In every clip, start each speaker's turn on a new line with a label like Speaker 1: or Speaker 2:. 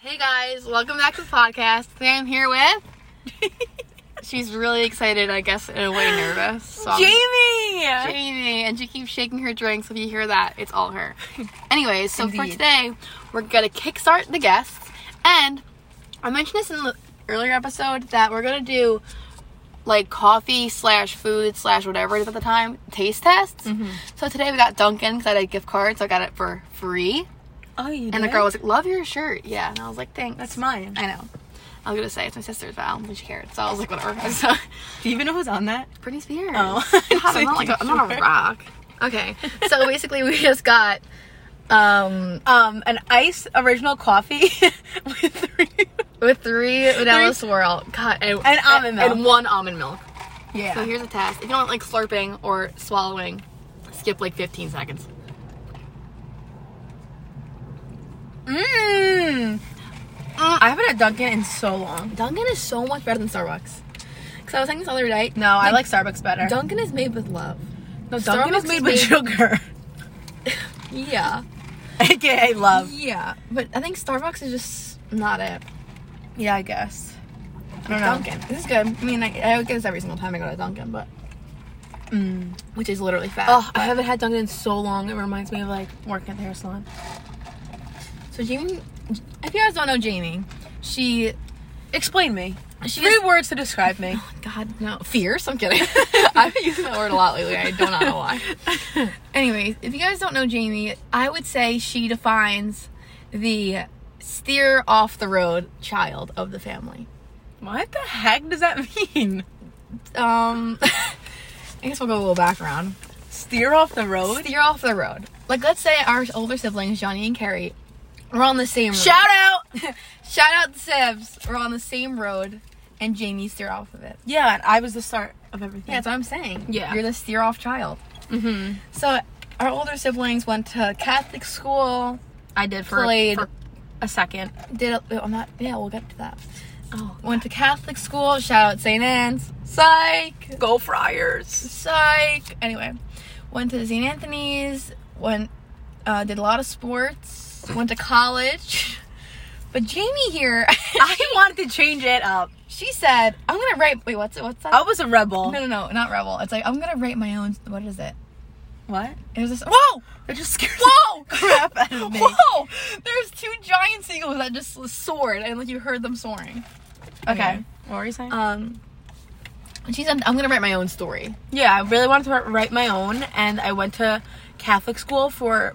Speaker 1: Hey guys, welcome back to the podcast. Today I'm here with. She's really excited, I guess, in a way nervous. So I'm-
Speaker 2: Jamie!
Speaker 1: Jamie, and she keeps shaking her drinks. If you hear that, it's all her. Anyways, so for
Speaker 2: Indeed.
Speaker 1: today, we're gonna kickstart the guests, and I mentioned this in the earlier episode that we're gonna do like coffee slash food slash whatever it is at the time taste tests.
Speaker 2: Mm-hmm.
Speaker 1: So today we got Duncan because I had a gift card, so I got it for free.
Speaker 2: Oh, you
Speaker 1: And the girl was like, "Love your shirt," yeah, and I was like, "Thanks."
Speaker 2: That's mine.
Speaker 1: I know. I was gonna say it's my sister's, but I don't think she cared. So I was like, "Whatever." So,
Speaker 2: Do you even know who's on that?
Speaker 1: Britney Spears.
Speaker 2: Oh.
Speaker 1: God, I'm,
Speaker 2: It's
Speaker 1: not like
Speaker 2: like,
Speaker 1: a, I'm not a
Speaker 2: sure.
Speaker 1: rock. Okay, so basically we just got um
Speaker 2: Um, an ice original coffee with three.
Speaker 1: with three vanilla
Speaker 2: Three-
Speaker 1: swirl, God, and,
Speaker 2: And almond milk.
Speaker 1: and one almond milk.
Speaker 2: Yeah.
Speaker 1: So here's a test: if you don't like slurping or swallowing, skip like 15 seconds.
Speaker 2: Mmm. I haven't had Dunkin' in so long.
Speaker 1: Dunkin' is so much better than Starbucks. Cause I was saying this the other night.
Speaker 2: No, I like Starbucks better.
Speaker 1: Dunkin' is made with love.
Speaker 2: no, Dunkin' is
Speaker 1: Starbucks
Speaker 2: made
Speaker 1: is
Speaker 2: with
Speaker 1: made-
Speaker 2: sugar.
Speaker 1: Yeah.
Speaker 2: AKA love.
Speaker 1: Yeah, but I think Starbucks is just not it.
Speaker 2: Yeah, I guess. I don't know.
Speaker 1: Dunkin'. This is good. I mean, I, I would get this every single time I go to Dunkin', but
Speaker 2: Mm.
Speaker 1: which is literally fat.
Speaker 2: Oh, I haven't had Dunkin' in so long. It reminds me of like working at the hair salon.
Speaker 1: So Jamie, if you guys don't know Jamie, she
Speaker 2: Explain me.
Speaker 1: she
Speaker 2: Three
Speaker 1: is- oh
Speaker 2: words to describe me.
Speaker 1: God no fierce. I'm kidding. I've been using that word a lot lately. I do not know why. Anyways, if you guys don't know Jamie, I would say she defines the steer off the road child of the family.
Speaker 2: What the heck does that mean?
Speaker 1: Um, I guess we'll go a little background.
Speaker 2: Steer off the road?
Speaker 1: Steer off the road. Like let's say our older siblings, Johnny and Carrie, we're on the same road.
Speaker 2: Shout out!
Speaker 1: Shout out the Sibs. We're on the same road, and Jamie steer off of it.
Speaker 2: yeah, and I was the start of everything.
Speaker 1: Yeah, that's what I'm saying.
Speaker 2: Yeah.
Speaker 1: You're the steer off child.
Speaker 2: mm-hmm.
Speaker 1: So our older siblings went to Catholic school.
Speaker 2: I did for,
Speaker 1: Played-
Speaker 2: for a second.
Speaker 1: Did a, oh, I'm not yeah, we'll get to that.
Speaker 2: Oh.
Speaker 1: Went to Catholic school, shout out St. Anne's. Psych!
Speaker 2: Go Friars.
Speaker 1: Psych. Anyway. Went to St. Anthony's, went uh, did a lot of sports, went to college. But Jamie here
Speaker 2: I wanted to change it up.
Speaker 1: she said, I'm gonna write wait, what's it what's that?
Speaker 2: I was a rebel.
Speaker 1: No no no, not rebel. It's like I'm gonna write my own what is it?
Speaker 2: What?
Speaker 1: It was this Whoa!
Speaker 2: That just scared
Speaker 1: Whoa!
Speaker 2: the crap out of me.
Speaker 1: Whoa! There's two giant seagulls that just soared, and like you heard them soaring.
Speaker 2: Okay. What were you saying?
Speaker 1: Um, and she said, "I'm gonna write my own story."
Speaker 2: yeah, I really wanted to wri- write my own, and I went to Catholic school for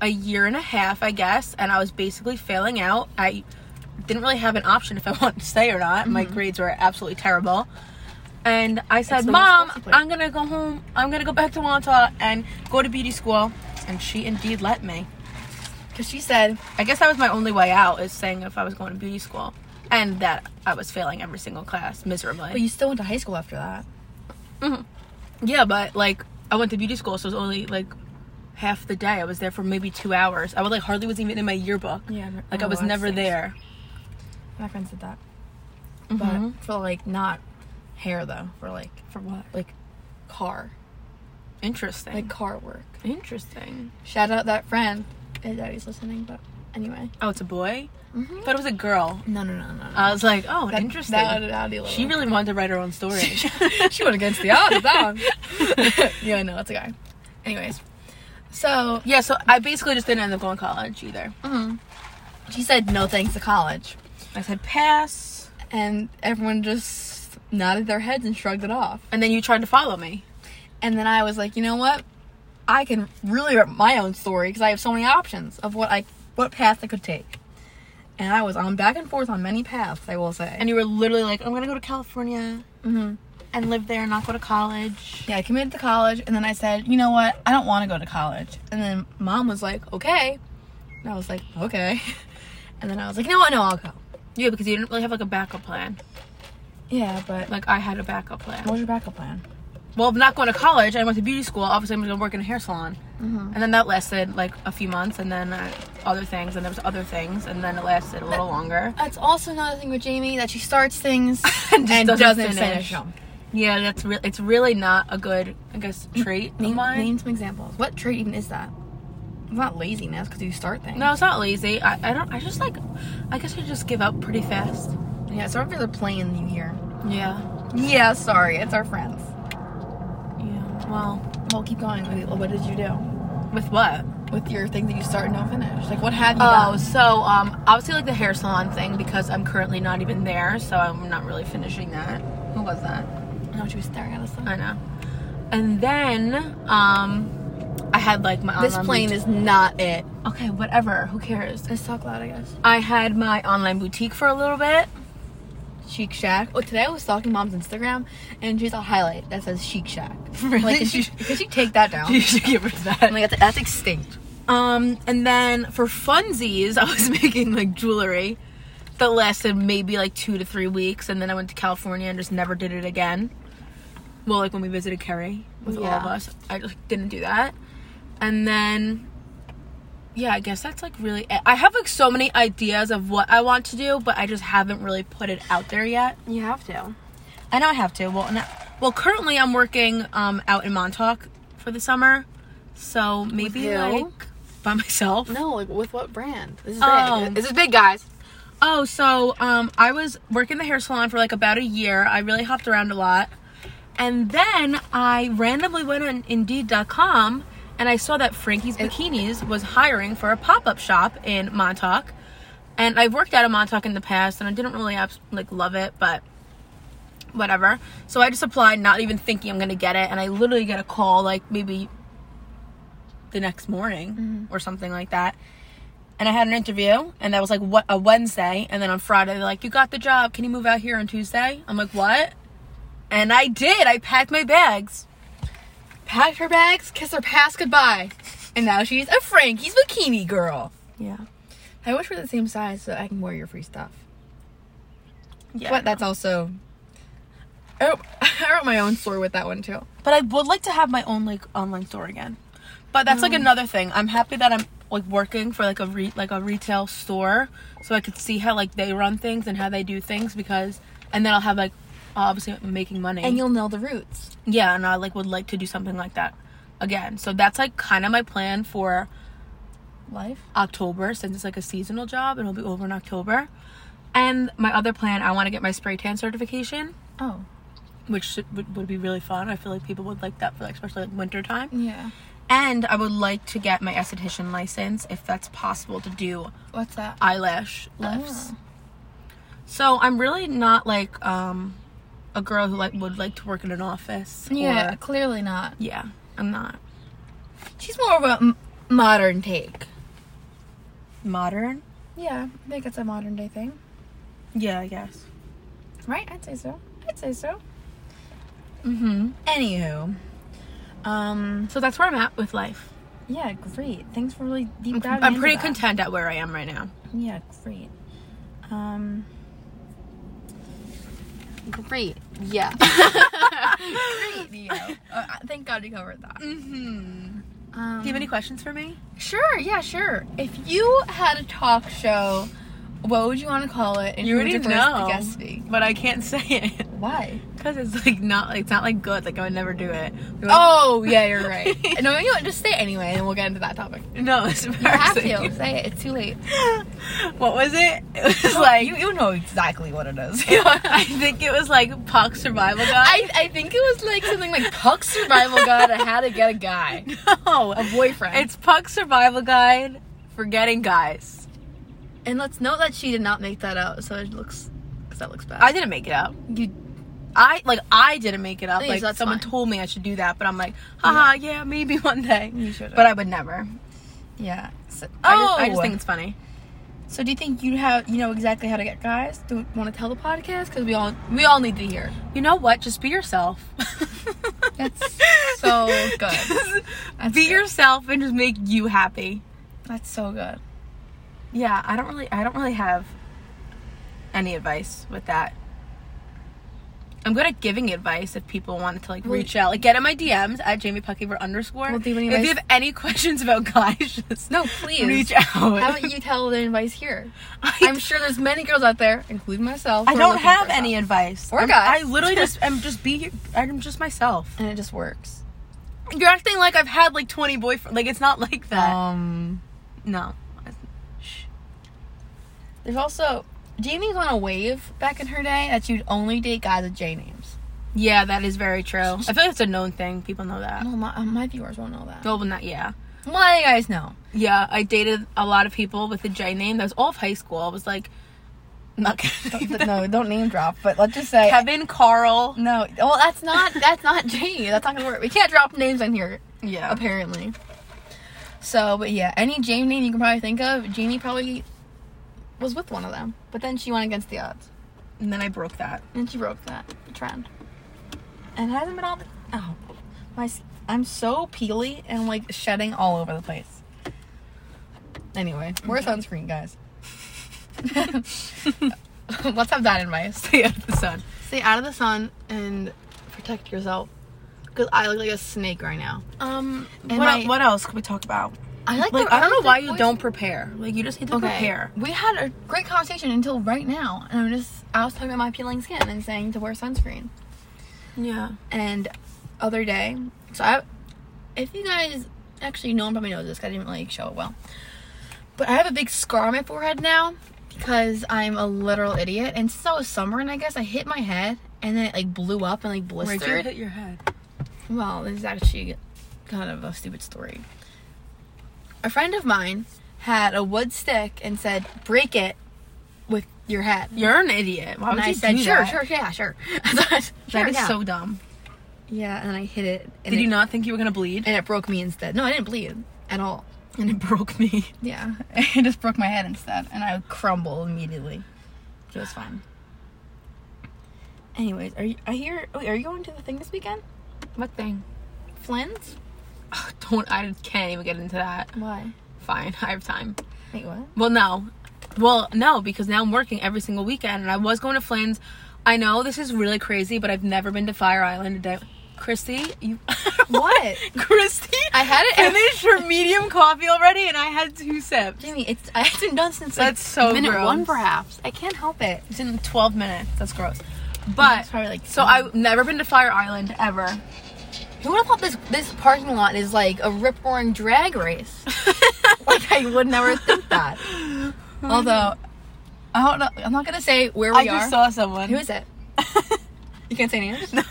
Speaker 2: a year and a half, I guess, and I was basically failing out. I didn't really have an option if I wanted to stay or not. My grades were absolutely terrible. And I said,
Speaker 1: Mm-hmm. It's the most
Speaker 2: Mom,
Speaker 1: multiplayer.
Speaker 2: I'm gonna go home. I'm gonna go back to Wanta and go to beauty school. And she indeed let me.
Speaker 1: Because she said,
Speaker 2: I guess that was my only way out is saying if I was going to beauty school and that I was failing every single class miserably.
Speaker 1: "But you still went to high school after that."
Speaker 2: yeah, but like I went to beauty school, so it was only like half the day. I was there for maybe two hours. I would like hardly was even in my yearbook.
Speaker 1: Yeah, I
Speaker 2: Like I
Speaker 1: know
Speaker 2: was
Speaker 1: that's
Speaker 2: never
Speaker 1: nice.
Speaker 2: there.
Speaker 1: My friend said that,
Speaker 2: Mhm.
Speaker 1: but for like not hair though, for like
Speaker 2: For what?
Speaker 1: like car,
Speaker 2: Interesting.
Speaker 1: like car work.
Speaker 2: interesting.
Speaker 1: Shout out that friend. His daddy's listening, but anyway.
Speaker 2: Oh, it's a boy.
Speaker 1: Mhm.
Speaker 2: Thought it was a girl.
Speaker 1: No, no, no, no. no.
Speaker 2: I was like, oh,
Speaker 1: That-
Speaker 2: interesting.
Speaker 1: That, would- that'd be a little-
Speaker 2: she really wanted to write her own story.
Speaker 1: she, she went against the odds with that one. yeah, no, it's a guy. Anyways, so
Speaker 2: yeah, so I basically just didn't end up going to college either.
Speaker 1: she said no thanks to college,
Speaker 2: I said pass,
Speaker 1: and everyone just nodded their heads and shrugged it off.
Speaker 2: and then you tried to follow me.
Speaker 1: And then I was like, you know what? I can really write my own story because I have so many options of what I what path I could take. And I was on back and forth on many paths, I will say.
Speaker 2: And you were literally like, I'm gonna go to California
Speaker 1: mm-hmm.
Speaker 2: and live there and not go to college.
Speaker 1: Yeah, I committed to college, and then I said, you know what? I don't want to go to college. And then mom was like, okay. And I was like, okay. And then I was like, no, I know I'll go.
Speaker 2: Yeah, because you didn't really have like a backup plan.
Speaker 1: Yeah, but
Speaker 2: Like I had a backup plan.
Speaker 1: what was your backup plan?
Speaker 2: Well, I'm not going to college. I went to beauty school. Obviously, I'm gonna work in a hair salon.
Speaker 1: Mhm.
Speaker 2: And then that lasted like a few months, and then uh, other things, and there was other things, and then it lasted a little longer.
Speaker 1: That's also another thing with Jamie that she starts things
Speaker 2: And just
Speaker 1: and doesn't,
Speaker 2: doesn't
Speaker 1: finish.
Speaker 2: finish.
Speaker 1: them.
Speaker 2: Yeah, that's re- it's really not a good, I guess, trait of
Speaker 1: Name,
Speaker 2: mine.
Speaker 1: name some examples. What trait even is that? It's not laziness because you start things.
Speaker 2: No, it's not lazy. I, I don't. I just like. I guess I just give up pretty fast.
Speaker 1: Yeah, sorry for the plane you hear.
Speaker 2: Yeah.
Speaker 1: Yeah, sorry. It's our friends.
Speaker 2: Yeah. Well,
Speaker 1: Well, keep going. What what did you do
Speaker 2: with what?
Speaker 1: with your thing that you start and don't finish? Like, what have you
Speaker 2: Oh,
Speaker 1: done?
Speaker 2: so um, obviously like the hair salon thing because I'm currently not even there, so I'm not really finishing that.
Speaker 1: What was that? I know she was staring at us.
Speaker 2: I know. And then um, I had like my
Speaker 1: This
Speaker 2: online
Speaker 1: plane
Speaker 2: boute-
Speaker 1: is not it.
Speaker 2: okay. Whatever. Who cares?
Speaker 1: Let's talk loud, I guess.
Speaker 2: I had my online boutique for a little bit.
Speaker 1: Chic Shack. Oh, today I was stalking mom's Instagram, and she's a highlight that says Chic Shack. Like, could she, could she take that down?
Speaker 2: You should give her to that.
Speaker 1: I'm like, that's, that's extinct.
Speaker 2: Um, and then for funsies, I was making like jewelry that lasted maybe like two to three weeks, and then I went to California and just never did it again. Well, like when we visited Kerry with all of
Speaker 1: Yeah.
Speaker 2: us, I just didn't do that. And then, yeah, I guess that's like really. It. I have like so many ideas of what I want to do, but I just haven't really put it out there yet.
Speaker 1: You have to.
Speaker 2: I know I have to. Well, no, well, currently I'm working um out in Montauk for the summer, so maybe
Speaker 1: who?
Speaker 2: like by myself.
Speaker 1: No, like, with what brand? This is
Speaker 2: Oh.
Speaker 1: big. This is big, guys.
Speaker 2: Oh, so um, I was working the hair salon for like about a year. I really hopped around a lot, and then I randomly went on Indeed.com and I saw that Frankie's Bikinis was hiring for a pop-up shop in Montauk. And I've worked out of Montauk in the past, and I didn't really abs- like love it, but whatever. So I just applied, not even thinking I'm gonna get it, and I literally get a call like maybe the next morning or something like that. And I had an interview, and that was like what a Wednesday, and then on Friday they're like, "You got the job. Can you move out here on Tuesday?" I'm like, "What?" And I did. I packed my bags.
Speaker 1: Packed her bags, kissed her past goodbye, and now she's a Frankie's bikini girl.
Speaker 2: Yeah.
Speaker 1: I wish we were the same size so I can wear your free stuff.
Speaker 2: Yeah. Oh.
Speaker 1: But that's also. I wrote, I wrote my own story with that one too.
Speaker 2: But I would like to have my own like online store again. But that's
Speaker 1: Mm.
Speaker 2: like another thing. I'm happy that I'm like working for like a re- like a retail store, so I could see how like they run things and how they do things because, and then I'll have like obviously I'm making money.
Speaker 1: And you'll know the roots.
Speaker 2: yeah, and I like would like to do something like that again. So that's like kind of my plan for
Speaker 1: Life?
Speaker 2: October since it's like a seasonal job and it'll be over in October. And my other plan, I want to get my spray tan certification,
Speaker 1: Oh.
Speaker 2: which should, would, would be really fun. I feel like people would like that for like especially like winter time.
Speaker 1: Yeah.
Speaker 2: And I would like to get my esthetician license if that's possible to do
Speaker 1: What's that?
Speaker 2: eyelash lifts. So I'm really not like um a girl who like would like to work in an office.
Speaker 1: Yeah,
Speaker 2: or-
Speaker 1: clearly not.
Speaker 2: yeah, I'm not
Speaker 1: She's more of a m- modern take.
Speaker 2: modern.
Speaker 1: Yeah, I think it's a modern day thing.
Speaker 2: Yeah, I guess.
Speaker 1: Right? I'd say so. I'd say so.
Speaker 2: Mm-hmm.
Speaker 1: Anywho. Um,
Speaker 2: So that's where I'm at with life.
Speaker 1: yeah, great. Thanks for really deep
Speaker 2: I'm,
Speaker 1: diving.
Speaker 2: I'm
Speaker 1: into
Speaker 2: pretty
Speaker 1: that.
Speaker 2: content at where I am right now.
Speaker 1: Yeah, great. Um, great. Yeah. great. Yeah. Uh, thank God we covered that.
Speaker 2: Mm-hmm.
Speaker 1: Um,
Speaker 2: Do you have any questions for me?
Speaker 1: Sure. Yeah. Sure. If you had a talk show, what would you want to call it? And
Speaker 2: You
Speaker 1: who would
Speaker 2: already
Speaker 1: your first
Speaker 2: know.
Speaker 1: guest be?
Speaker 2: But I can't say it
Speaker 1: Why?
Speaker 2: because it's like not it's not like good. Like I would never do it.
Speaker 1: Oh, yeah, you're right. no, you know what? Just say it anyway, and we'll get into that topic.
Speaker 2: no, it's
Speaker 1: You have
Speaker 2: embarrassing.
Speaker 1: to say it. It's too late.
Speaker 2: what was it? It was like
Speaker 1: you, you know exactly what it is.
Speaker 2: I think it was like Puck Survival Guide.
Speaker 1: I, I think it was like something like Puck Survival Guide on how to get a guy,
Speaker 2: no,
Speaker 1: a boyfriend.
Speaker 2: it's Puck Survival Guide for getting guys.
Speaker 1: and let's note that she did not make that out, so it looks because that looks bad.
Speaker 2: I didn't make it up.
Speaker 1: you,
Speaker 2: I like I didn't make it up.
Speaker 1: Yeah,
Speaker 2: Like
Speaker 1: so that's
Speaker 2: someone
Speaker 1: fine.
Speaker 2: told me I should do that, but I'm like, haha, yeah, maybe one day.
Speaker 1: you should.
Speaker 2: But I would never.
Speaker 1: yeah. So,
Speaker 2: I
Speaker 1: oh,
Speaker 2: just, I just think it's funny.
Speaker 1: So do you think you have you know exactly how to get guys? Do you want to tell the podcast because we all we all need to hear.
Speaker 2: You know what? Just be yourself.
Speaker 1: That's so good.
Speaker 2: Just
Speaker 1: That's
Speaker 2: be
Speaker 1: good.
Speaker 2: yourself and just make you happy.
Speaker 1: That's so good.
Speaker 2: Yeah, I don't really I don't really have any advice with that. I'm good at giving advice if people wanted to like
Speaker 1: Well-
Speaker 2: reach out. Like get in my DMs at Jamie Puckiver underscore.
Speaker 1: Well, do you have any
Speaker 2: if you
Speaker 1: advice-
Speaker 2: have any questions about guys, just
Speaker 1: No, please.
Speaker 2: reach out.
Speaker 1: How about you tell the advice here?
Speaker 2: I,
Speaker 1: I'm sure there's many girls out there, including myself.
Speaker 2: I
Speaker 1: who are
Speaker 2: don't
Speaker 1: looking
Speaker 2: have
Speaker 1: for
Speaker 2: any
Speaker 1: stuff.
Speaker 2: advice.
Speaker 1: Or
Speaker 2: I'm-
Speaker 1: guys.
Speaker 2: I literally just I'm just be I'm just myself.
Speaker 1: and it just works.
Speaker 2: You're acting like I've had like 20 boyfriends. Like it's not like that.
Speaker 1: Um,
Speaker 2: no. Shh.
Speaker 1: there's also Jamie was on a wave back in her day that you'd only date guys with J names.
Speaker 2: Yeah, that is very true. I feel like it's a known thing. People know that.
Speaker 1: No, my, uh, my viewers won't know that.
Speaker 2: Well, but not yeah.
Speaker 1: Well, you guys know.
Speaker 2: Yeah, I dated a lot of people with a J name. That was all of high school. I was like, I'm not gonna
Speaker 1: Don't-
Speaker 2: name
Speaker 1: th-
Speaker 2: them.
Speaker 1: no, don't name drop, but let's just say
Speaker 2: Kevin, Carl.
Speaker 1: no. Well, that's not that's not Jamie. That's not gonna work. We can't drop names on here.
Speaker 2: Yeah.
Speaker 1: apparently. So, but yeah, any Jamie name you can probably think of, Jamie probably was with one of them, but then she went against the odds,
Speaker 2: And then I broke that.
Speaker 1: and she broke that trend. And it hasn't been all. The, oh, my! s- I'm so peely and like shedding all over the place. Anyway, wear sunscreen, guys. Let's have that advice.
Speaker 2: Yeah, the sun.
Speaker 1: Stay out of the sun and protect yourself. Cause I look like a snake right now.
Speaker 2: Um,
Speaker 1: And
Speaker 2: what,
Speaker 1: my-
Speaker 2: el- what else can we talk about?
Speaker 1: I like.
Speaker 2: Like,
Speaker 1: the,
Speaker 2: I don't know
Speaker 1: like the
Speaker 2: why you
Speaker 1: voice-
Speaker 2: don't prepare. Like, you just need to prepare.
Speaker 1: We had a great conversation until right now, and I'm just I was talking about my peeling skin and saying to wear sunscreen.
Speaker 2: Yeah.
Speaker 1: And other day, so I, if you guys actually no one probably knows this, 'cause I didn't really show it well, but I have a big scar on my forehead now because I'm a literal idiot. And since I was summering, I guess I hit my head and then it like blew up and like
Speaker 2: Where'd
Speaker 1: blistered.
Speaker 2: you hit your head?
Speaker 1: Well, this is actually kind of a stupid story. A friend of mine had a wood stick and said, "Break it with your head."
Speaker 2: You're an idiot. Why would
Speaker 1: and
Speaker 2: you
Speaker 1: I said,
Speaker 2: do
Speaker 1: "Sure,
Speaker 2: that?
Speaker 1: sure, yeah, sure." That is
Speaker 2: That is so dumb.
Speaker 1: Yeah, and I hit it. And
Speaker 2: Did
Speaker 1: it,
Speaker 2: you not think you were gonna bleed?
Speaker 1: And it broke me instead. No, I didn't bleed at all.
Speaker 2: And it broke me.
Speaker 1: Yeah, it just broke my head instead, and I crumbled immediately. It was fine. Anyways, are you? I hear. Wait, are you going to the thing this weekend?
Speaker 2: What thing?
Speaker 1: Flynn's?
Speaker 2: Oh, don't. I can't even get into that.
Speaker 1: Why?
Speaker 2: Fine, I have time.
Speaker 1: Wait, what?
Speaker 2: Well, no. Well, no, because now I'm working every single weekend, and I was going to Flynn's. I know this is really crazy, but I've never been to Fire Island. And I, Christy, you
Speaker 1: What?
Speaker 2: Christy,
Speaker 1: I had it-
Speaker 2: finished her medium coffee already, and I had two sips.
Speaker 1: Jamie, it's I haven't done since like,
Speaker 2: That's so
Speaker 1: minute
Speaker 2: gross.
Speaker 1: one, perhaps. I can't help it.
Speaker 2: It's in 12 minutes. That's gross.
Speaker 1: It's
Speaker 2: But
Speaker 1: probably like
Speaker 2: so I've never been to Fire Island ever.
Speaker 1: Who would have thought this this parking lot is like a rip roaring drag race? like I would never think that. Although, I don't know. I'm not gonna say where we
Speaker 2: I
Speaker 1: are.
Speaker 2: just saw someone.
Speaker 1: Who is it? You can't say names.
Speaker 2: no.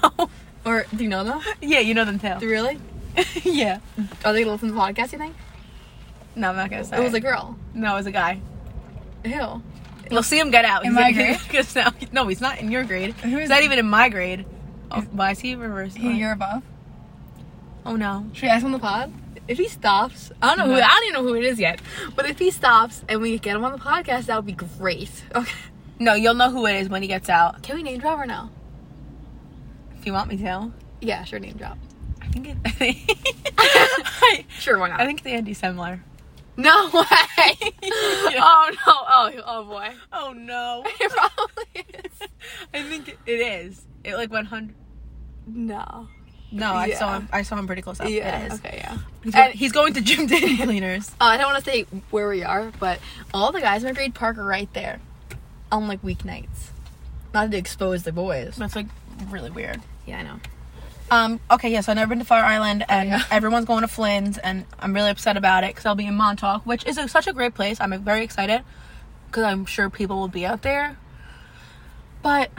Speaker 1: Or do you know them?
Speaker 2: Yeah, you know them
Speaker 1: Do
Speaker 2: too.
Speaker 1: you really?
Speaker 2: yeah.
Speaker 1: Are they gonna listen to the podcast? You think?
Speaker 2: No, I'm not gonna say.
Speaker 1: It was a girl.
Speaker 2: no, it was a guy.
Speaker 1: Who?
Speaker 2: You'll see him get out.
Speaker 1: In
Speaker 2: He's
Speaker 1: my
Speaker 2: in-
Speaker 1: grade?
Speaker 2: 'cause now, no, he's not in your grade.
Speaker 1: Who is
Speaker 2: he's not
Speaker 1: he?
Speaker 2: even in my grade. Oh, why is he reversed?
Speaker 1: Who you're above?
Speaker 2: oh no.
Speaker 1: Should we ask him on the pod? If he stops, I don't know who.
Speaker 2: No.
Speaker 1: I don't even know who it is yet. But if he stops and we get him on the podcast, that would be great. Okay.
Speaker 2: No, you'll know who it is when he gets out.
Speaker 1: Can we name drop or no?
Speaker 2: If you want me to.
Speaker 1: Yeah, sure, name drop.
Speaker 2: I think it, I,
Speaker 1: Sure, why not?
Speaker 2: I think the Andy Semler.
Speaker 1: no way. Oh no. Oh, oh boy.
Speaker 2: Oh no.
Speaker 1: It probably is.
Speaker 2: I think it is. It like 100.
Speaker 1: No.
Speaker 2: No, I saw
Speaker 1: Yeah.
Speaker 2: him. I saw him pretty close up.
Speaker 1: Yeah.
Speaker 2: It is.
Speaker 1: Okay. Yeah.
Speaker 2: He's,
Speaker 1: And-
Speaker 2: go- he's going to gym dating cleaners.
Speaker 1: Uh, I don't want to say where we are, but all the guys in my grade park are right there, on like weeknights. Not to expose the boys.
Speaker 2: That's like really weird.
Speaker 1: Yeah, I know.
Speaker 2: Um. Okay. Yeah. So I've never been to Fire Island, and
Speaker 1: Oh, yeah.
Speaker 2: everyone's going to Flynn's, and I'm really upset about it because I'll be in Montauk, which is a, such a great place. I'm like, very excited because I'm sure people will be out there, but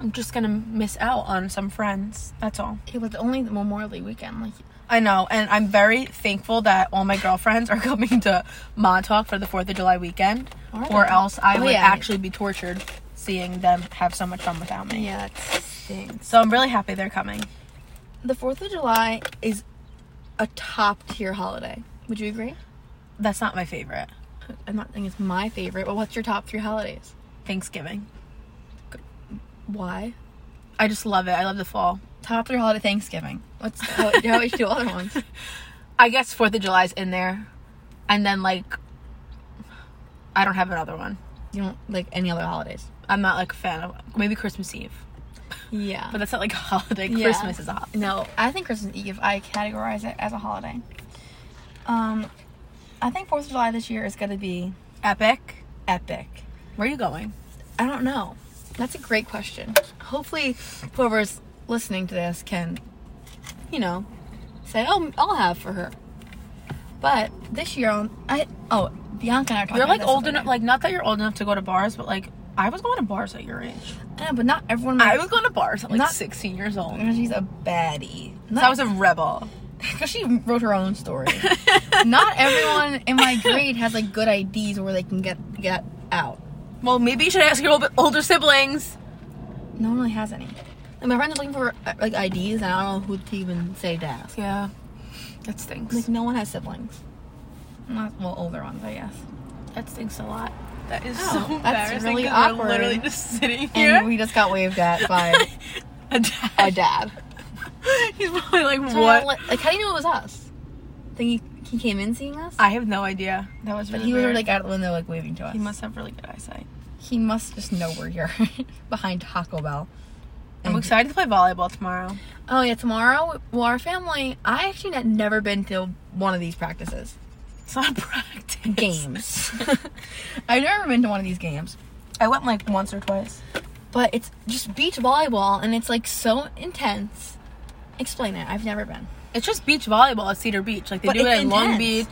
Speaker 2: I'm just gonna miss out on some friends. That's all.
Speaker 1: It was only the Memorial Day weekend. Like,
Speaker 2: I know, and I'm very thankful that all my girlfriends are coming to Montauk for the Fourth of July weekend,
Speaker 1: Are
Speaker 2: or
Speaker 1: they?
Speaker 2: else I
Speaker 1: Oh,
Speaker 2: would
Speaker 1: yeah.
Speaker 2: actually be tortured seeing them have so much fun without me.
Speaker 1: yeah, that stinks.
Speaker 2: So I'm really happy they're coming.
Speaker 1: The Fourth of July is a top tier holiday. Would you agree?
Speaker 2: That's not my favorite.
Speaker 1: I'm not saying it's my favorite, but what's your top three holidays?
Speaker 2: Thanksgiving.
Speaker 1: Why?
Speaker 2: I just love it. I love the fall.
Speaker 1: Top three holiday Thanksgiving. What's how, how we should do other ones?
Speaker 2: I guess Fourth of July's in there, and then like, I don't have another one.
Speaker 1: You don't like any other holidays.
Speaker 2: I'm not like a fan of maybe Christmas Eve,
Speaker 1: Yeah.
Speaker 2: but that's not like a holiday.
Speaker 1: Yeah.
Speaker 2: Christmas is a holiday.
Speaker 1: No, I think Christmas Eve. I categorize it as a holiday. Um, I think Fourth of July this year is going to be
Speaker 2: Epic.
Speaker 1: epic.
Speaker 2: Where are you going?
Speaker 1: I don't know. That's a great question. Hopefully, whoever's listening to this can, you know, say, "Oh, I'll have for her." But this year, um, I oh Bianca and I are talking.
Speaker 2: You're
Speaker 1: about
Speaker 2: like
Speaker 1: this
Speaker 2: old
Speaker 1: the other
Speaker 2: enough,
Speaker 1: day.
Speaker 2: like not that you're old enough to go to bars, but like I was going to bars at your age.
Speaker 1: yeah, but not everyone.
Speaker 2: I was going to bars at like
Speaker 1: Not-
Speaker 2: 16 years old.
Speaker 1: She's a baddie.
Speaker 2: So
Speaker 1: Not,
Speaker 2: I was a rebel.
Speaker 1: because she wrote her own story. not everyone in my grade has like good IDs where they can get get out.
Speaker 2: Well, maybe you should ask your old, older siblings.
Speaker 1: No one really has any. Like my friends are looking for uh, like IDs, and I don't know who to even say to ask.
Speaker 2: Yeah, that stinks.
Speaker 1: Like no one has siblings. Not well, older ones, I guess.
Speaker 2: that stinks a lot. That is
Speaker 1: Oh,
Speaker 2: so
Speaker 1: that's
Speaker 2: embarrassing.
Speaker 1: really
Speaker 2: 'cause we're
Speaker 1: awkward.
Speaker 2: literally just sitting
Speaker 1: And
Speaker 2: here.
Speaker 1: we just got waved at by
Speaker 2: a dad.
Speaker 1: our dad.
Speaker 2: He's probably like,
Speaker 1: So,
Speaker 2: what?
Speaker 1: Like, how do you know it was us? Think he, he came in seeing us?
Speaker 2: I have no idea. That was
Speaker 1: but
Speaker 2: really
Speaker 1: he was
Speaker 2: weird.
Speaker 1: already, like out the window, like waving to us.
Speaker 2: he must have really good eyesight.
Speaker 1: He must just know we're here behind Taco Bell.
Speaker 2: I'm
Speaker 1: And-
Speaker 2: excited to play volleyball tomorrow.
Speaker 1: Oh yeah, tomorrow. Well, our family. I actually had never been to one of these practices
Speaker 2: It's not practice.
Speaker 1: games. I've never been to one of these games.
Speaker 2: I went like once or twice.
Speaker 1: but it's just beach volleyball and it's like so intense. Explain it. I've never been.
Speaker 2: It's just beach volleyball at Cedar Beach. Like they
Speaker 1: But
Speaker 2: do it
Speaker 1: it's
Speaker 2: at Long
Speaker 1: intense.
Speaker 2: Beach.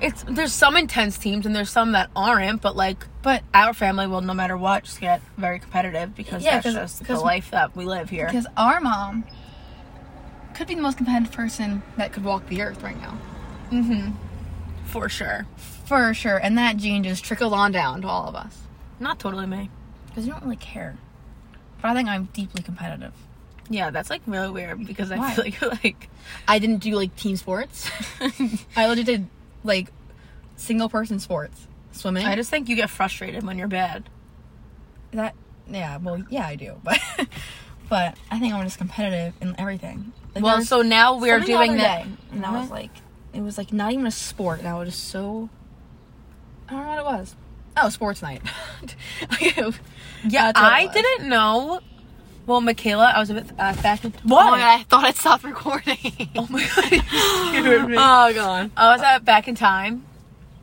Speaker 2: It's there's some intense teams and there's some that aren't, but like
Speaker 1: But
Speaker 2: our family will no matter what just get very competitive because
Speaker 1: Yeah,
Speaker 2: that's
Speaker 1: 'cause-
Speaker 2: just the
Speaker 1: 'cause-
Speaker 2: life that we live here.
Speaker 1: because our mom could be the most competitive person that could walk the earth right now.
Speaker 2: Mm-hmm. For sure.
Speaker 1: For sure. And that gene just trickled on down to all of us.
Speaker 2: Not totally me.
Speaker 1: Because you don't really care. But I think I'm deeply competitive.
Speaker 2: Yeah, that's like really weird because I
Speaker 1: Why?
Speaker 2: feel like like
Speaker 1: I didn't do like team sports. I legit did like single person sports. Swimming.
Speaker 2: I just think you get frustrated when you're bad.
Speaker 1: that yeah, well yeah I do, but but I think I'm just competitive in everything. Like,
Speaker 2: Well,
Speaker 1: there's-
Speaker 2: so now we are
Speaker 1: Something the
Speaker 2: doing
Speaker 1: other
Speaker 2: that.
Speaker 1: day, and I was
Speaker 2: What?
Speaker 1: like, it was like not even a sport, and I was just so. I don't know what it was. Uh, Oh, sports night.
Speaker 2: yeah,
Speaker 1: That's what it
Speaker 2: I
Speaker 1: was.
Speaker 2: didn't know. Well, Michaela, I was a bit uh, fashion.
Speaker 1: Oh my god, I thought it stopped recording.
Speaker 2: Oh my god! you scared me.
Speaker 1: oh god.
Speaker 2: I was at Back in Time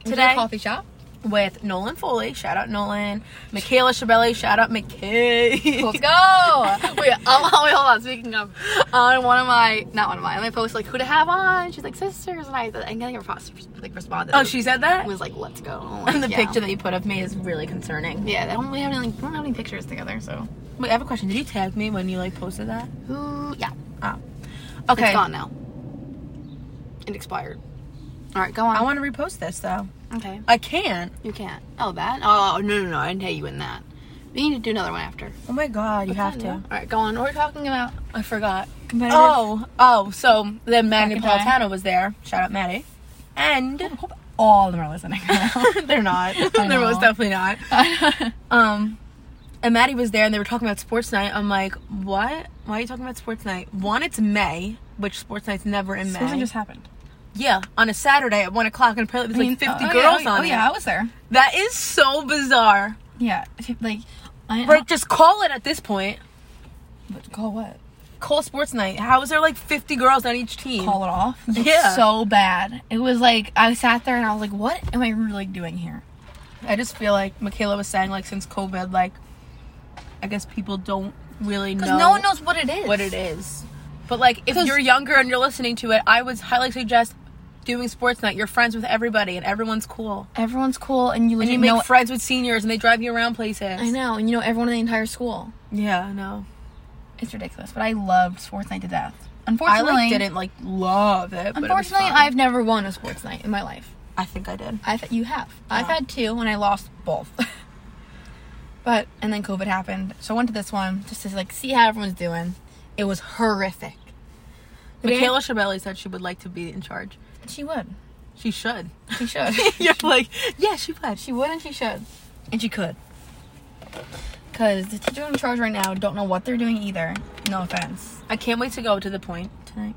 Speaker 1: Today,
Speaker 2: Today?
Speaker 1: coffee shop.
Speaker 2: with Nolan Foley. Shout out Nolan. Michaela Shabelli. Shout out McKay.
Speaker 1: Let's go. wait, um, wait, hold on. Speaking of, on one of my, not one of mine, on my post like who to have on. She's like sisters, and I, I think I responded. Like responded.
Speaker 2: Oh, she said that.
Speaker 1: was like, let's go. I'm like,
Speaker 2: And the
Speaker 1: yeah.
Speaker 2: picture that you put of me is really concerning.
Speaker 1: Yeah, they don't really have any. We don't have any pictures together, so.
Speaker 2: Wait, I have a question. Did you tag me when you like posted that?
Speaker 1: Ooh, yeah.
Speaker 2: Oh. Okay.
Speaker 1: It's gone now. It expired. All right, go on.
Speaker 2: I want to repost this though.
Speaker 1: okay.
Speaker 2: I can't.
Speaker 1: You can't. Oh, that? Oh, no, no, no. I didn't tell you in that. We need to do another one after.
Speaker 2: Oh my god, you
Speaker 1: What's
Speaker 2: have
Speaker 1: that
Speaker 2: to.
Speaker 1: now? All right, go on. What We're talking about
Speaker 2: I forgot.
Speaker 1: competitive.
Speaker 2: Oh, oh, so then Maddie
Speaker 1: Second time.
Speaker 2: Napolitano was there. Shout out Maddie. And
Speaker 1: hope all of them are listening.
Speaker 2: they're not.
Speaker 1: Oh. I
Speaker 2: They're most
Speaker 1: know.
Speaker 2: definitely not. Um, and Maddie was there, and they were talking about sports night. I'm like, what? Why are you talking about sports night? One, it's May, which sports night's never in May.
Speaker 1: happened.
Speaker 2: yeah, on a Saturday at one o'clock, and apparently it was like 50 girls on
Speaker 1: Oh
Speaker 2: it.
Speaker 1: yeah, I was there.
Speaker 2: That is so bizarre.
Speaker 1: Yeah, like I
Speaker 2: Like, just call it at this point.
Speaker 1: but call what?
Speaker 2: Call sports night. How is there like 50 girls on each team?
Speaker 1: Call it off. It's
Speaker 2: Yeah.
Speaker 1: so bad. It was like I sat there and I was like, what am I really doing here?
Speaker 2: I just feel like Michaela was saying, like, since COVID, like, I guess people don't really
Speaker 1: Because no. one knows what it is.
Speaker 2: what it is. But, like, if
Speaker 1: 'Cause-
Speaker 2: you're younger and you're listening to it, I would highly suggest doing sports night. You're friends with everybody and everyone's cool.
Speaker 1: Everyone's cool, and you
Speaker 2: And
Speaker 1: legit
Speaker 2: you make
Speaker 1: know.
Speaker 2: friends with seniors and they drive you around places.
Speaker 1: I know, and you know everyone in the entire school.
Speaker 2: Yeah, I know.
Speaker 1: It's ridiculous, but I loved sports night to death.
Speaker 2: I,
Speaker 1: Unfortunately,
Speaker 2: like, didn't, like, love it. But
Speaker 1: Unfortunately,
Speaker 2: it was fun.
Speaker 1: I've never won a sports night in my life.
Speaker 2: I think I did.
Speaker 1: I have you have. I've
Speaker 2: Yeah.
Speaker 1: had two, and I lost both. but and then COVID happened, so I went to this one just to like see how everyone's doing. It was horrific. The day-
Speaker 2: Michaela Shabelli said she would like to be in charge.
Speaker 1: she would,
Speaker 2: She should.
Speaker 1: she should,
Speaker 2: You're like, yeah, she would.
Speaker 1: she would, and she should, and she could. Because the teachers in charge right now don't know what they're doing either. No offense.
Speaker 2: I can't wait to go to the point tonight.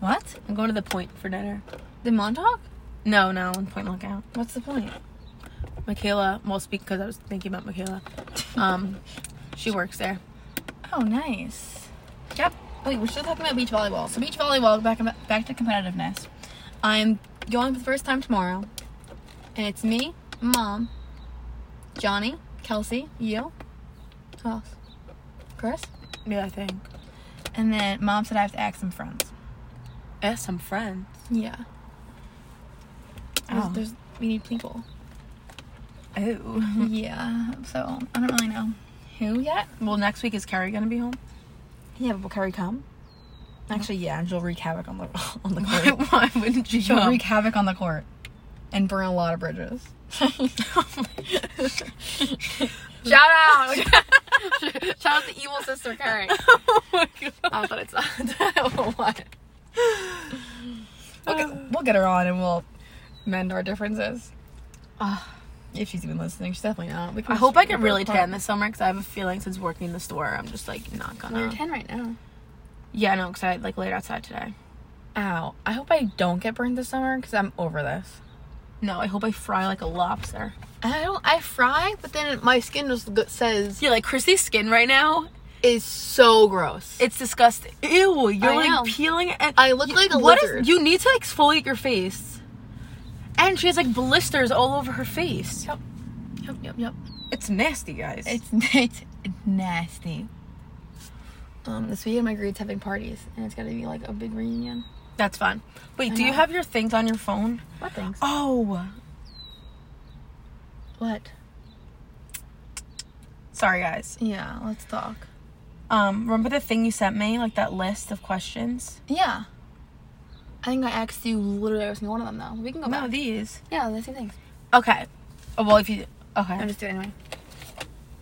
Speaker 1: What?
Speaker 2: I'm going to the point for dinner.
Speaker 1: The Montauk?
Speaker 2: No, no, in Point Lookout.
Speaker 1: What's the point?
Speaker 2: Michaela, well, speak because I was thinking about Michaela. Um, she works there.
Speaker 1: Oh, nice. Yep. Wait, we're still talking about beach volleyball. So beach volleyball, back back to competitiveness. I'm going for the first time tomorrow, and it's me, mom, Johnny, Kelsey, you, who else? Chris,
Speaker 2: Yeah, I think.
Speaker 1: and then mom said I have to ask some friends.
Speaker 2: Ask some friends.
Speaker 1: Yeah. There's,
Speaker 2: Oh.
Speaker 1: there's we need people. Hmm.
Speaker 2: Oh.
Speaker 1: Yeah. So I don't really know who yet.
Speaker 2: Well, next week is Carrie gonna be home?
Speaker 1: Yeah, but will Carrie come? Actually, yeah, and she'll wreak havoc on the on the
Speaker 2: Why,
Speaker 1: court.
Speaker 2: why wouldn't she
Speaker 1: she'll
Speaker 2: come?
Speaker 1: wreak havoc on the court and burn a lot of bridges.
Speaker 2: Oh
Speaker 1: Shout out! Shout out to evil sister Carrie.
Speaker 2: oh my god.
Speaker 1: I thought it's not. I don't know why. We'll get, we'll get her on and we'll mend our differences.
Speaker 2: Ugh.
Speaker 1: Ah. If she's even listening, she's definitely not. We can
Speaker 2: I
Speaker 1: just
Speaker 2: hope I
Speaker 1: rip
Speaker 2: get
Speaker 1: her
Speaker 2: really
Speaker 1: apart.
Speaker 2: tan this summer because I have a feeling since working in the store, I'm just like not
Speaker 1: Well,
Speaker 2: gonna.
Speaker 1: you're tan right now.
Speaker 2: Yeah, no, because I like laid outside today.
Speaker 1: Ow. I hope I don't get burned this summer because I'm over this.
Speaker 2: No, I hope I fry like a lobster.
Speaker 1: I don't. I fry, but then my skin just go- says
Speaker 2: Yeah, like Chrissy's skin right now,
Speaker 1: is so gross.
Speaker 2: it's disgusting. Ew, you're
Speaker 1: I
Speaker 2: like
Speaker 1: know.
Speaker 2: peeling and
Speaker 1: I look like a
Speaker 2: What is-
Speaker 1: lizard.
Speaker 2: you need to exfoliate your face. And she has like blisters all over her face.
Speaker 1: Yep. yep, yep, yep.
Speaker 2: It's nasty, guys.
Speaker 1: It's it's nasty. Um, this weekend my grade's having parties, and it's gonna be like a big reunion.
Speaker 2: That's fun. Wait,
Speaker 1: I
Speaker 2: do you
Speaker 1: know.
Speaker 2: have your things on your phone?
Speaker 1: What things?
Speaker 2: Oh,
Speaker 1: What?
Speaker 2: sorry, guys.
Speaker 1: Yeah, let's talk.
Speaker 2: Um, remember the thing you sent me, like that list of questions?
Speaker 1: Yeah. I think I asked you literally every single one of them though. We can go
Speaker 2: No,
Speaker 1: back.
Speaker 2: these.
Speaker 1: yeah, the same things.
Speaker 2: Okay. Oh, well, if you okay,
Speaker 1: I'm just doing it anyway.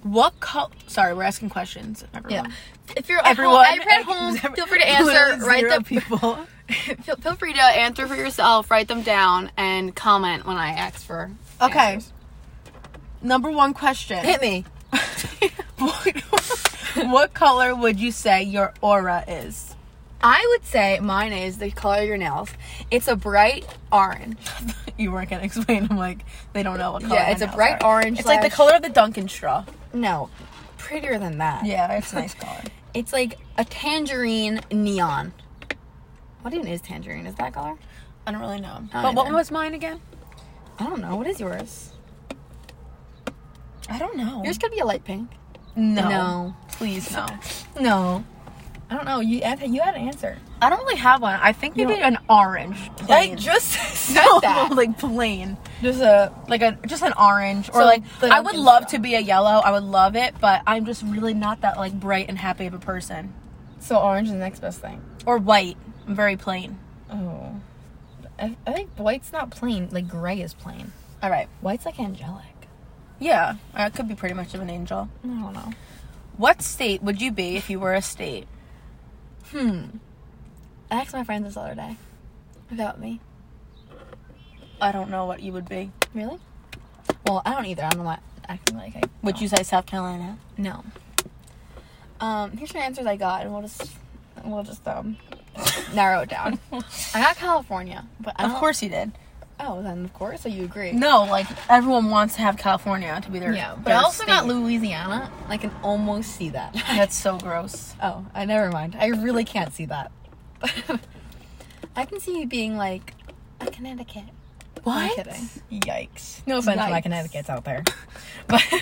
Speaker 2: what color? Sorry, we're asking questions. Everyone.
Speaker 1: Yeah. If you're
Speaker 2: Everyone,
Speaker 1: at home, if you're at home feel free to answer.
Speaker 2: Literally
Speaker 1: Write
Speaker 2: zero
Speaker 1: the
Speaker 2: people.
Speaker 1: feel, feel free to answer for yourself, write them down, and comment when I ask for.
Speaker 2: Okay.
Speaker 1: answers.
Speaker 2: Number one question.
Speaker 1: Hit me.
Speaker 2: what, what color would you say your aura is?
Speaker 1: I would say mine is the color of your nails. It's a bright orange.
Speaker 2: You weren't gonna explain. I'm like, they don't know what color.
Speaker 1: Yeah,
Speaker 2: my
Speaker 1: it's a
Speaker 2: nails
Speaker 1: bright
Speaker 2: are.
Speaker 1: orange
Speaker 2: It's like the
Speaker 1: slash-
Speaker 2: color of the Dunkin' straw.
Speaker 1: No, prettier than that.
Speaker 2: Yeah, it's a nice color.
Speaker 1: It's like a tangerine neon. What even is tangerine? Is that color?
Speaker 2: I don't really know.
Speaker 1: I
Speaker 2: But what
Speaker 1: either.
Speaker 2: was mine again?
Speaker 1: I don't know. What is yours?
Speaker 2: I don't know.
Speaker 1: Yours could be a light pink.
Speaker 2: no.
Speaker 1: No.
Speaker 2: Please no.
Speaker 1: No. I don't know. You had, you had an answer.
Speaker 2: I don't really have one. I think
Speaker 1: You
Speaker 2: maybe an orange.
Speaker 1: Like
Speaker 2: plain.
Speaker 1: just said
Speaker 2: No,
Speaker 1: that.
Speaker 2: like plain.
Speaker 1: Just a
Speaker 2: like a just an orange or
Speaker 1: So,
Speaker 2: like
Speaker 1: the
Speaker 2: I would
Speaker 1: Dunkin'
Speaker 2: love
Speaker 1: straw.
Speaker 2: to be a yellow. I would love it, but I'm just really not that like bright and happy of a person.
Speaker 1: so orange is the next best thing.
Speaker 2: Or white. I'm very plain.
Speaker 1: Oh. I, I think white's not plain. Like gray is plain.
Speaker 2: All right.
Speaker 1: White's like angelic.
Speaker 2: Yeah, I could be pretty much of an angel.
Speaker 1: I don't know.
Speaker 2: What state would you be if you were a state?
Speaker 1: Hmm. I asked my friends this other day about me.
Speaker 2: I don't know what you would be.
Speaker 1: Really? Well, I don't either. I'm not acting like I.
Speaker 2: Would you say South Carolina?
Speaker 1: No. Um. Here's my answers I got, and we'll just we'll just um narrow it down. I got California, but I
Speaker 2: Of
Speaker 1: don't-
Speaker 2: course you did.
Speaker 1: Oh, then of course. So you agree?
Speaker 2: No, like everyone wants to have California to be their
Speaker 1: Yeah, but
Speaker 2: their
Speaker 1: I also got
Speaker 2: state.
Speaker 1: Louisiana. I can almost see that.
Speaker 2: That's so gross.
Speaker 1: Oh, I never mind. I really can't see that. I can see you being like a Connecticut.
Speaker 2: What?
Speaker 1: kidding.
Speaker 2: Yikes.
Speaker 1: No offense to my
Speaker 2: Yikes.
Speaker 1: Connecticut's out there. But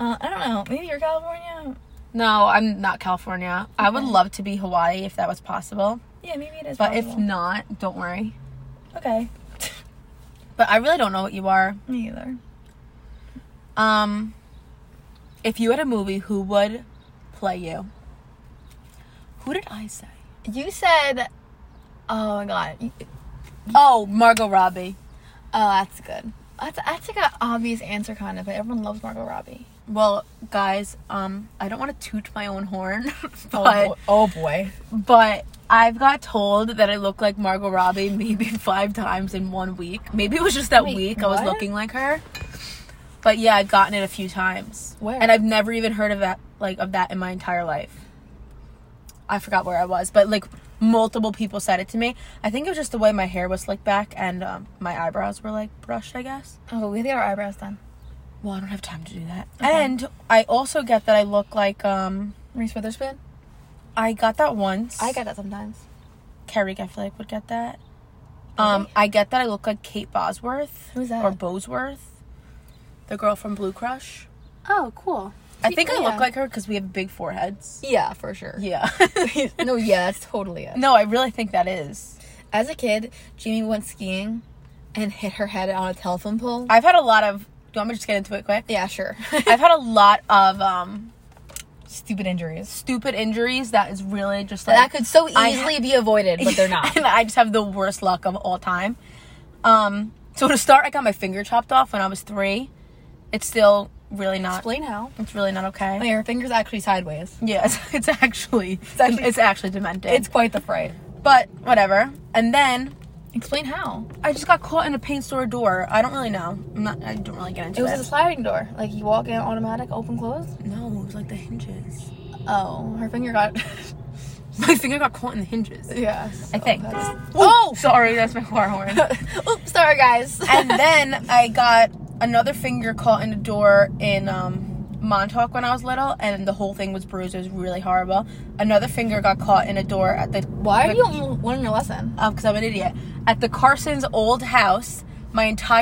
Speaker 1: uh, I don't know. Maybe you're California.
Speaker 2: No, I'm not California. I would
Speaker 1: Okay.
Speaker 2: love to be Hawaii if that was possible.
Speaker 1: Yeah, maybe it is.
Speaker 2: But if
Speaker 1: possible.
Speaker 2: not, don't worry.
Speaker 1: okay,
Speaker 2: But I really don't know what you are.
Speaker 1: me either.
Speaker 2: Um, if you had a movie, who would play you? Who did I say?
Speaker 1: You said, "Oh my god." You-
Speaker 2: Oh, Margot Robbie.
Speaker 1: Oh, that's good. That's that's like an obvious answer, kind of. But everyone loves Margot Robbie.
Speaker 2: Well, guys, um, I don't want to toot my own horn, but
Speaker 1: oh boy.
Speaker 2: but I've got told that I look like Margot Robbie maybe five times in one week. Maybe it was just that
Speaker 1: Wait,
Speaker 2: week I was
Speaker 1: what?
Speaker 2: looking like her. But yeah, I've gotten it a few times.
Speaker 1: Where?
Speaker 2: And I've never even heard of that like of that in my entire life. I forgot where I was, but like multiple people said it to me. I think it was just the way my hair was slicked back and um, my eyebrows were like brushed, I guess.
Speaker 1: Oh, we have to get our eyebrows done.
Speaker 2: Well, I don't have time to do that. And I also get that I look like um
Speaker 1: Reese Witherspoon.
Speaker 2: I got that once.
Speaker 1: I get that sometimes.
Speaker 2: Carrie, I feel like would get that. Um, I get that I look like Kate Bosworth.
Speaker 1: Who's that?
Speaker 2: Or Bosworth, the girl from Blue Crush.
Speaker 1: Oh, cool.
Speaker 2: I think I
Speaker 1: Yeah.
Speaker 2: look like her because we have big foreheads.
Speaker 1: Yeah, for sure.
Speaker 2: Yeah.
Speaker 1: No, yeah, that's totally it.
Speaker 2: no, I really think that is.
Speaker 1: As a kid, Jamie went skiing and hit her head on a telephone pole.
Speaker 2: I've had a lot of. Do you want me to just get into it quick?
Speaker 1: yeah, sure.
Speaker 2: I've had a lot of um,
Speaker 1: Stupid injuries.
Speaker 2: stupid injuries that is really just like
Speaker 1: That could so easily
Speaker 2: I ha-
Speaker 1: be avoided, but they're not.
Speaker 2: and I just have the worst luck of all time. Um, so to start, I got my finger chopped off when I was three. It's still really not.
Speaker 1: Explain how.
Speaker 2: It's really not okay.
Speaker 1: I mean, her finger's actually sideways.
Speaker 2: Yeah, it's, it's actually it's
Speaker 1: actually-
Speaker 2: actually, it's actually demented.
Speaker 1: It's quite the fright.
Speaker 2: but whatever. And then
Speaker 1: Explain how.
Speaker 2: I just got caught in a paint store door. I don't really know. I'm not. I don't really get
Speaker 1: It
Speaker 2: into it.
Speaker 1: was a sliding door. Like you walk in automatic, open, close.
Speaker 2: no, it was like the hinges.
Speaker 1: Oh, her finger got.
Speaker 2: My finger got caught in the hinges.
Speaker 1: yeah.
Speaker 2: I think.
Speaker 1: Oh!
Speaker 2: sorry, that's my car horn.
Speaker 1: Oops, sorry guys.
Speaker 2: and then I got another finger caught in a door in um, Montauk when I was little, and the whole thing was bruised. It was really horrible. Another finger got caught in a door at the
Speaker 1: Why
Speaker 2: the, Oh,
Speaker 1: do you want to learn your lesson?
Speaker 2: because I'm an idiot at the Carson's old house. My entire